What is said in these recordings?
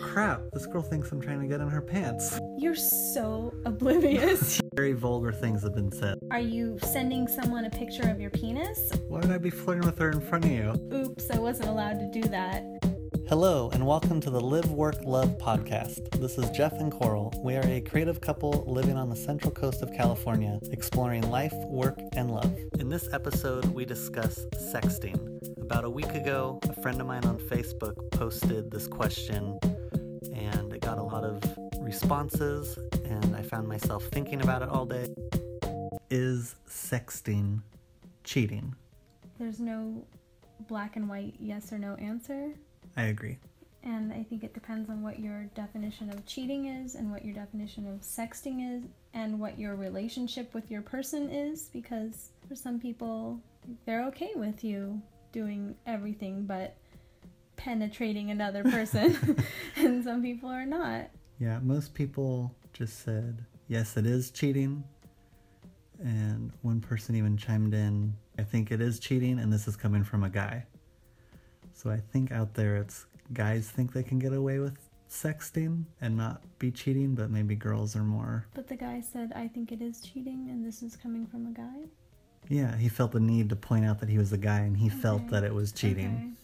crap, this girl thinks I'm trying to get in her pants. You're so oblivious. Very vulgar things have been said. Are you sending someone a picture of your penis? Why would I be flirting with her in front of you? Oops, I wasn't allowed to do that. Hello, and welcome to the Live Work Love podcast. This is Jeff and Coral. We are a creative couple living on the central coast of California, exploring life, work, and love. In this episode, we discuss sexting. About a week ago, a friend of mine on Facebook posted this question, and it got a lot of responses, and I found myself thinking about it all day. Is sexting cheating? There's no black and white yes or no answer. I agree. And I think it depends on what your definition of cheating is, and what your definition of sexting is, and what your relationship with your person is. Because for some people, they're okay with you doing everything but penetrating another person, and some people are not. Yeah, most people just said, yes, it is cheating. And one person even chimed in, I think it is cheating, and this is coming from a guy. So I think out there it's guys think they can get away with sexting and not be cheating, but maybe girls are more. But the guy said, I think it is cheating, and this is coming from a guy. Yeah, he felt the need to point out that he was a guy and he felt Okay. that it was cheating. Okay.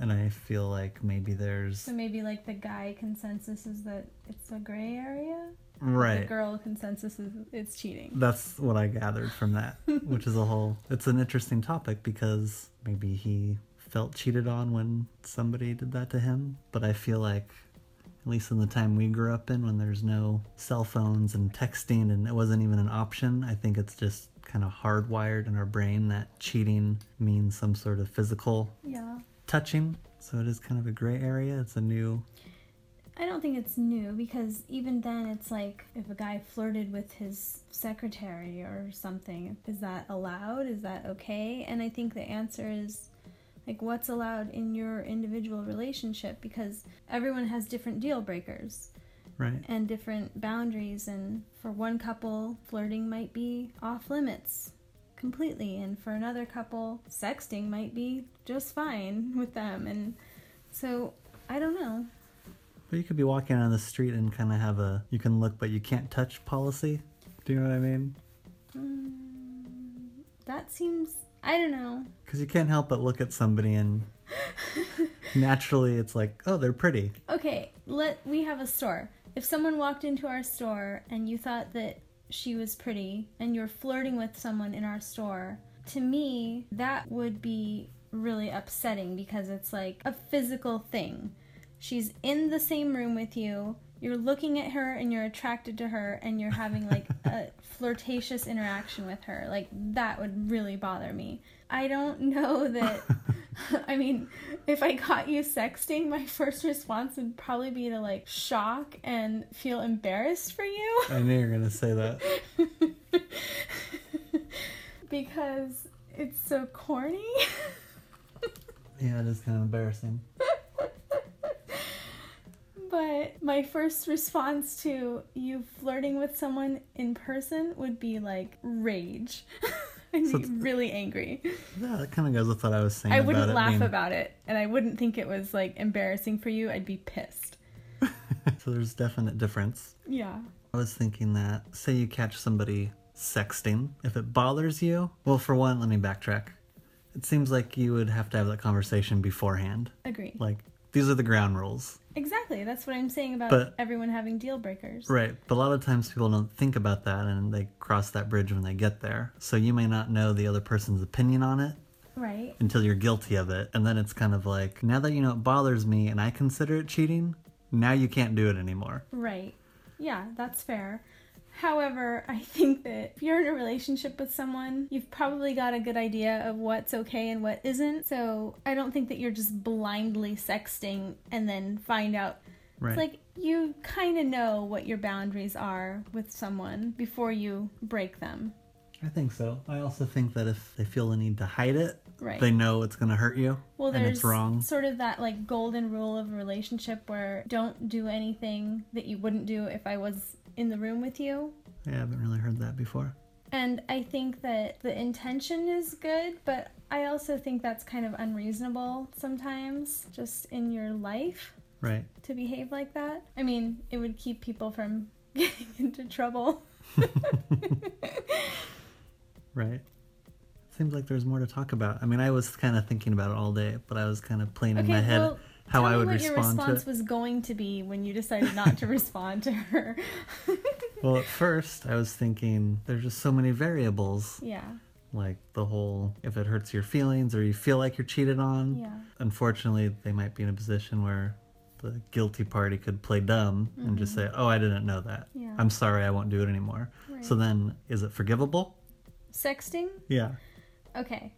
And I feel like maybe there's. So maybe like the guy consensus is that it's a gray area. The Right. girl consensus is it's cheating. That's what I gathered from that, which is a whole. It's an interesting topic because maybe he felt cheated on when somebody did that to him. But I feel like, at least in the time we grew up in, when there's no cell phones and texting and it wasn't even an option, I think it's just kind of hardwired in our brain that cheating means some sort of physical Yeah. touching. So it is kind of a gray area. It's a new. I don't think it's new because even then it's like if a guy flirted with his secretary or something, is that allowed? Is that okay? And I think the answer is like what's allowed in your individual relationship because everyone has different deal breakers. Right. and different boundaries and for one couple flirting might be off limits completely and for another couple sexting might be just fine with them and so i don't know But you could be walking on the street and kind of have a you can look but you can't touch policy. Do you know what I mean? Mm, that seems i don't know Because you can't help but look at somebody and naturally it's like, oh, they're pretty. okay let we have a store if someone walked into our store and you thought that she was pretty and you're flirting with someone in our store to me that would be really upsetting because it's like a physical thing she's in the same room with you you're looking at her and you're attracted to her and you're having like a flirtatious interaction with her like that would really bother me i don't know that i mean if i caught you sexting my first response would probably be to like shock and feel embarrassed for you I knew you were gonna say that. because it's so corny. Yeah, it is kind of embarrassing. but my first response to you flirting with someone in person would be like rage. I'd So be it's- really angry. Yeah, that kind of goes with what I was saying. I wouldn't about it laugh being- about it, and I wouldn't think it was like embarrassing for you. I'd be pissed. so there's definite difference. Yeah. I was thinking that say you catch somebody sexting, if it bothers you, well, for one, let me backtrack. It seems like you would have to have that conversation beforehand. Agree. Like these are the ground rules. exactly. That's what I'm saying about But- everyone having deal breakers. Right. But a lot of times people don't think about that and they cross that bridge when they get there. So you may not know the other person's opinion on it Right. until you're guilty of it. And then it's kind of like, now that you know it bothers me and I consider it cheating, now you can't do it anymore. Right. Yeah, that's fair. However, I think that if you're in a relationship with someone, you've probably got a good idea of what's okay and what isn't. So I don't think that you're just blindly sexting and then find out. Right. It's like you kind of know what your boundaries are with someone before you break them. I think so. I also think that if they feel the need to hide it, Right. they know it's going to hurt you Well, and there's it's wrong. sort of that like golden rule of a relationship where don't do anything that you wouldn't do if I was in the room with you. Yeah, I haven't really heard that before. And I think that the intention is good, but I also think that's kind of unreasonable sometimes, just in your life. Right. to behave like that. I mean, it would keep people from getting into trouble. Right. Seems like there's more to talk about. I mean, I was kind of thinking about it all day, but I was kind of playing in my head how tell I me would what your respond to response it. was going to be when you decided not to respond to her. Well, at first, I was thinking there's just so many variables, yeah, like the whole if it hurts your feelings or you feel like you're cheated on. yeah, Unfortunately, they might be in a position where the guilty party could play dumb and just say, "Oh, I didn't know that. Mm-hmm. Yeah. I'm sorry, I won't do it anymore." So Right. then, is it forgivable? sexting. Yeah. Okay.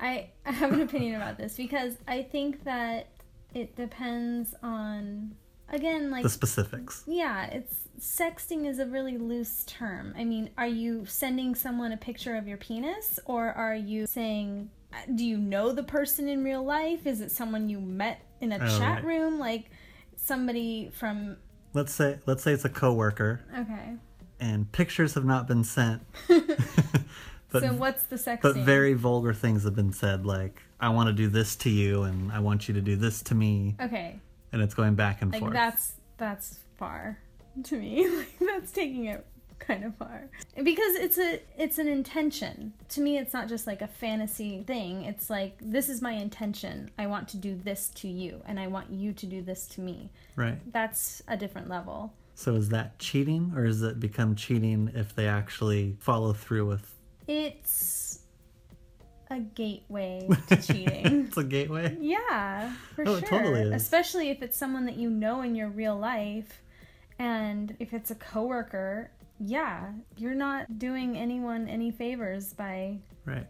I, I have an opinion about this because I think that it depends on again like The specifics. yeah, it's sexting is a really loose term. I mean, are you sending someone a picture of your penis or are you saying do you know the person in real life? Is it someone you met in a Oh, right. chat room like somebody from Let's say let's say it's a coworker okay. and pictures have not been sent. but so what's the sexting? but very vulgar things have been said like I want to do this to you and I want you to do this to me okay. and it's going back and Like forth. that's that's far to me. Like that's taking it kind of far because it's a it's an intention. To me, it's not just like a fantasy thing. It's like this is my intention. I want to do this to you, and I want you to do this to me. Right. That's a different level. So is that cheating or does it become cheating if they actually follow through with It's a gateway to cheating. it's a gateway? Yeah, for Oh, sure. it totally is. Especially if it's someone that you know in your real life and if it's a coworker, yeah, you're not doing anyone any favors by Right.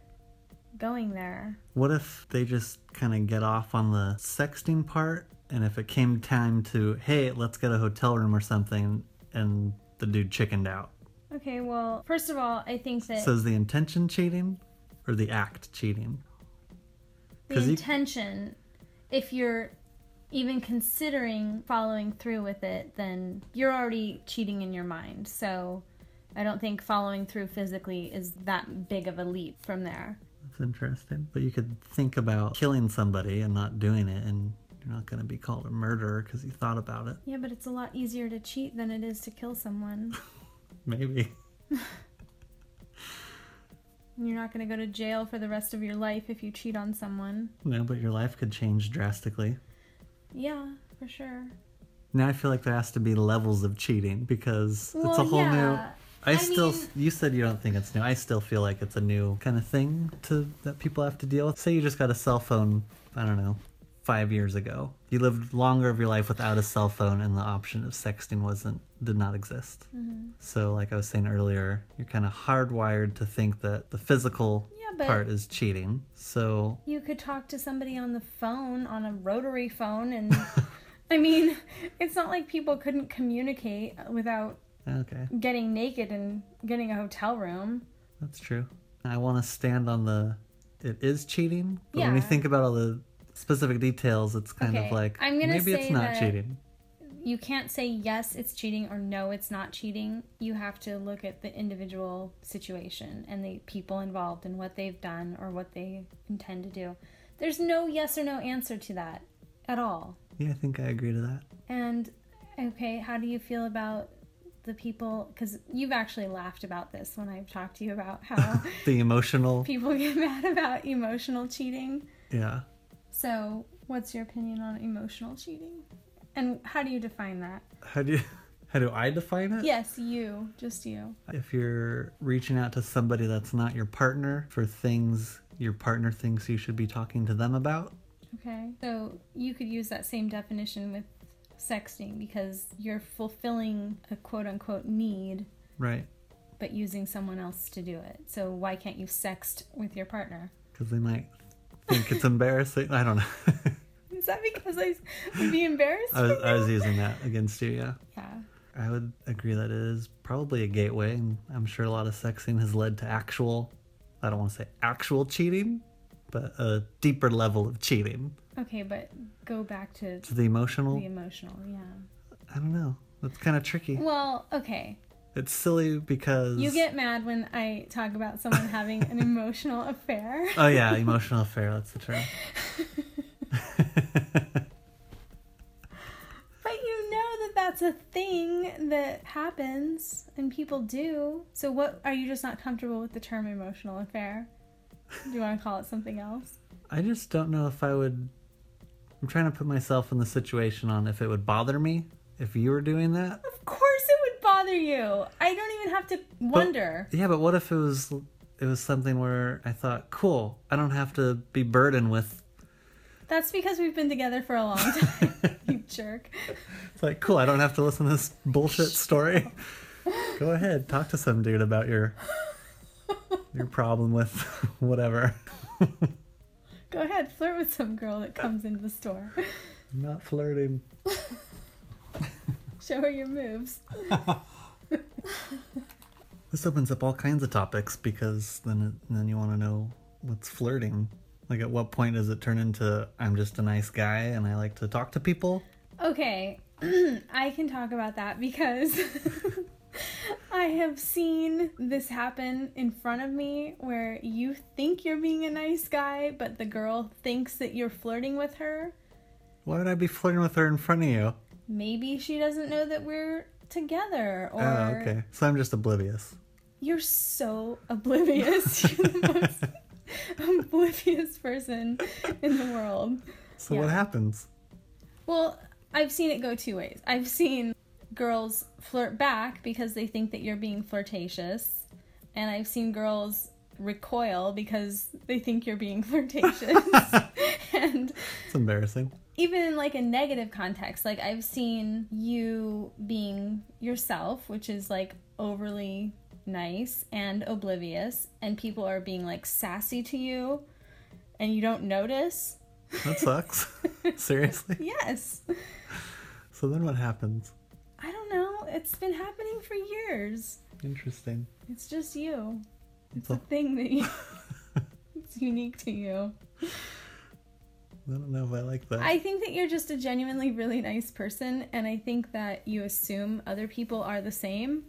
going there. What if they just kind of get off on the sexting part and if it came time to hey, let's get a hotel room or something and the dude chickened out? Okay, well, first of all, I think that So is the intention cheating or the act cheating? the 'cause you- intention if you're even considering following through with it, then you're already cheating in your mind. So I don't think following through physically is that big of a leap from there. That's interesting. But you could think about killing somebody and not doing it, and you're not going to be called a murderer because you thought about it. Yeah, but it's a lot easier to cheat than it is to kill someone. Maybe. You're not going to go to jail for the rest of your life if you cheat on someone. No, but your life could change drastically. Yeah, for sure. Now I feel like there has to be levels of cheating because it's a Well, whole new. yeah. I, I still, mean- you said you don't think it's new. I still feel like it's a new kind of thing to that people have to deal with. Say you just got a cell phone, I don't know, five years ago. You lived longer of your life without a cell phone, and the option of sexting wasn't did not exist. Mm-hmm. So, like I was saying earlier, you're kind of hardwired to think that the physical Yeah, but- part is cheating. So, You could talk to somebody on the phone, on a rotary phone, and I mean, it's not like people couldn't communicate without okay, getting naked and getting a hotel room. that's true. I want to stand on the it is cheating, but when you Yeah. think about all the specific details, it's kind of Okay, like I'm gonna maybe it's say not that- cheating. You can't say yes, it's cheating, or no, it's not cheating. You have to look at the individual situation and the people involved and what they've done or what they intend to do. There's no yes or no answer to that at all. Yeah, I think I agree to that. And okay, how do you feel about the people? Because you've actually laughed about this when I've talked to you about how The emotional, people get mad about emotional cheating. yeah. So, what's your opinion on emotional cheating? And how do you define that? How do you, how do I define it? Yes, you, just you. If you're reaching out to somebody that's not your partner for things your partner thinks you should be talking to them about, Okay. So, you could use that same definition with sexting because you're fulfilling a quote unquote need right? but using someone else to do it. So, why can't you sext with your partner? Because they might think it's embarrassing. I don't know. Is that because I would be embarrassed? I was, I was using that against you, yeah. yeah. I would agree that it is probably a gateway. and I'm sure a lot of sexing has led to actual, I don't want to say actual cheating, but a deeper level of cheating. Okay, but go back to To the emotional, the emotional. Yeah. I don't know. That's kind of tricky. Well, okay. It's silly because. You get mad when I talk about someone having an emotional affair. Oh, yeah, emotional affair, that's the term. thing that happens and people do. So what are you just not comfortable with the term emotional affair? Do you want to call it something else? I just don't know if I would. I'm trying to put myself in the situation on if it would bother me if you were doing that. Of course it would bother you. I don't even have to wonder. Yeah, but what if it was it was something where I thought, cool, I don't have to be burdened with. That's because we've been together for a long time. you jerk. It's like, cool, I don't have to listen to this bullshit story. Go ahead, talk to some dude about your your problem with whatever. Go ahead, flirt with some girl that comes into the store. I'm not flirting. Show her your moves. This opens up all kinds of topics because then then you want to know what's flirting. Like at what point does it turn into I'm just a nice guy and I like to talk to people? Okay, I can talk about that because I have seen this happen in front of me where you think you're being a nice guy, but the girl thinks that you're flirting with her. Why would I be flirting with her in front of you? Maybe she doesn't know that we're together or Oh, okay. So I'm just oblivious. you're so oblivious. you're the most oblivious person in the world. So Yeah. what happens? Well, I've seen it go two ways. I've seen girls flirt back because they think that you're being flirtatious, and I've seen girls recoil because they think you're being flirtatious. and It's embarrassing. even in like a negative context, like I've seen you being yourself, which is like overly nice and oblivious, and people are being like sassy to you and you don't notice. That sucks. Seriously. Yes. So then what happens? I don't know. It's been happening for years. Interesting. It's just you. It's So- a thing that you. it's unique to you. I don't know if I like that. I think that you're just a genuinely really nice person, and I think that you assume other people are the same.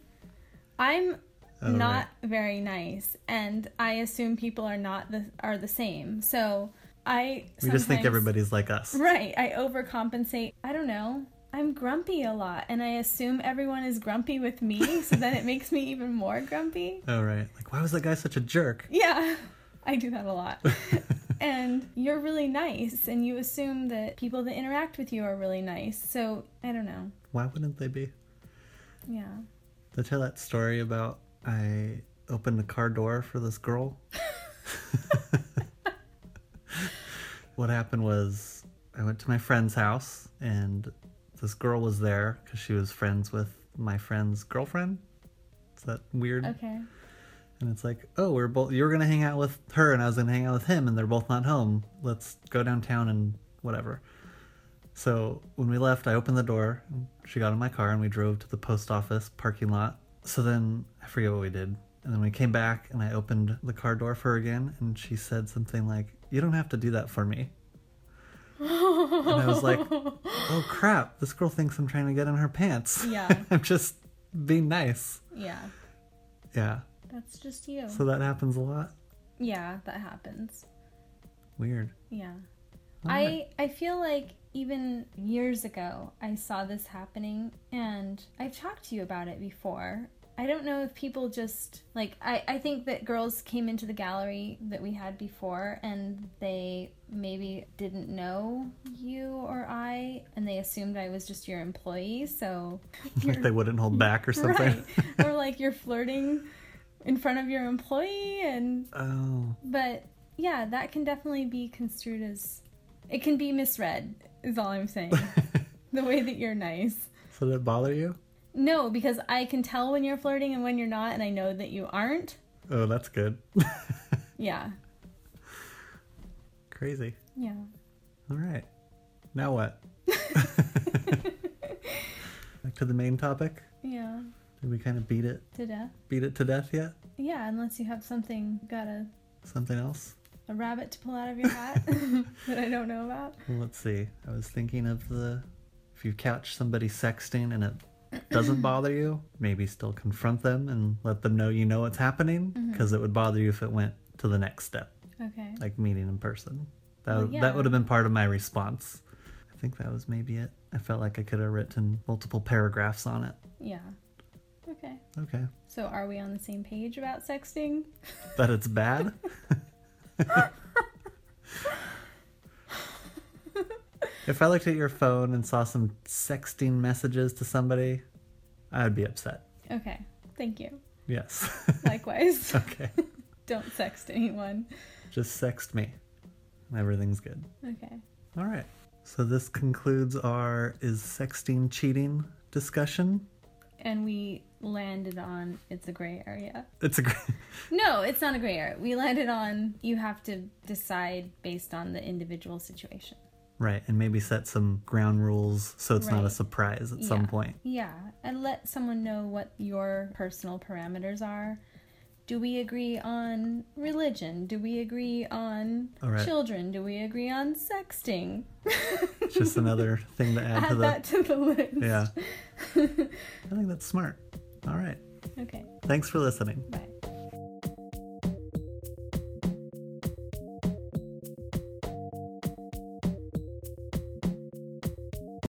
I'm Oh, not very nice, and I assume people are not the are the same. So I we just think sometimes- Mm-hmm. everybody's like us. Right. I overcompensate. I don't know. I'm grumpy a lot, and I assume everyone is grumpy with me, so then it makes me even more grumpy. Oh right. Like why was that guy such a jerk? Yeah, I do that a lot. and you're really nice, and you assume that people that interact with you are really nice. So I don't know. Why wouldn't they be? Yeah. Did I tell that story about I opened the car door for this girl? what happened was I went to my friend's house and this girl was there because she was friends with my friend's girlfriend. It's that weird. Okay. And it's like, oh, we're both, you were going to hang out with her and I was going to hang out with him and they're both not home. Let's go downtown and whatever. So when we left, I opened the door. and She got in my car and we drove to the post office parking lot. So then I forget what we did. And then we came back and I opened the car door for her again. And she said something like, you don't have to do that for me. and I was like, oh crap, this girl thinks I'm trying to get in her pants. Yeah. I'm just being nice. Yeah. Yeah. That's just you. So that happens a lot. yeah, that happens. Weird. Yeah. Alright. I I feel like even years ago I saw this happening and I've talked to you about it before. I don't know if people just like I, I think that girls came into the gallery that we had before and they maybe didn't know you or I and they assumed I was just your employee, so Like they wouldn't hold back or something. right. or like you're flirting in front of your employee and Oh, but yeah, that can definitely be construed as it can be misread, is all I'm saying. the way that you're nice. so did it bother you? No, because I can tell when you're flirting and when you're not, and I know that you aren't. Oh, that's good. Yeah. Crazy. Yeah. All right. Now what? Back to the main topic. Yeah. Did we kind of beat it, To death. beat it to death yet? Yeah, unless you have something, got a, Something else? a rabbit to pull out of your hat that I don't know about. Well, let's see. I was thinking of the if you catch somebody sexting and it doesn't bother you, maybe still confront them and let them know you know what's happening because it would bother you if it went to the next step. Okay. like meeting in person. That Well, that yeah. would have been part of my response. I think that was maybe it. I felt like I could have written multiple paragraphs on it. Yeah. Okay. Okay. So are we on the same page about sexting? That it's bad? if I looked at your phone and saw some sexting messages to somebody, I would be upset. Okay. Thank you. Yes. Likewise. okay. Don't sext anyone. Just sext me. Everything's good. Okay. All right. So this concludes our is sexting cheating discussion. And we landed on it's a gray area. It's a gr- No, it's not a gray area. We landed on you have to decide based on the individual situation. right, and maybe set some ground rules so it's not a Right. surprise at some Yeah. point. Yeah, and let someone know what your personal parameters are. Do we agree on religion? Do we agree on All right. children? Do we agree on sexting? It's just another thing to add, Add to the that to the list. yeah. I think that's smart. All right. Okay, Thanks for listening. bye.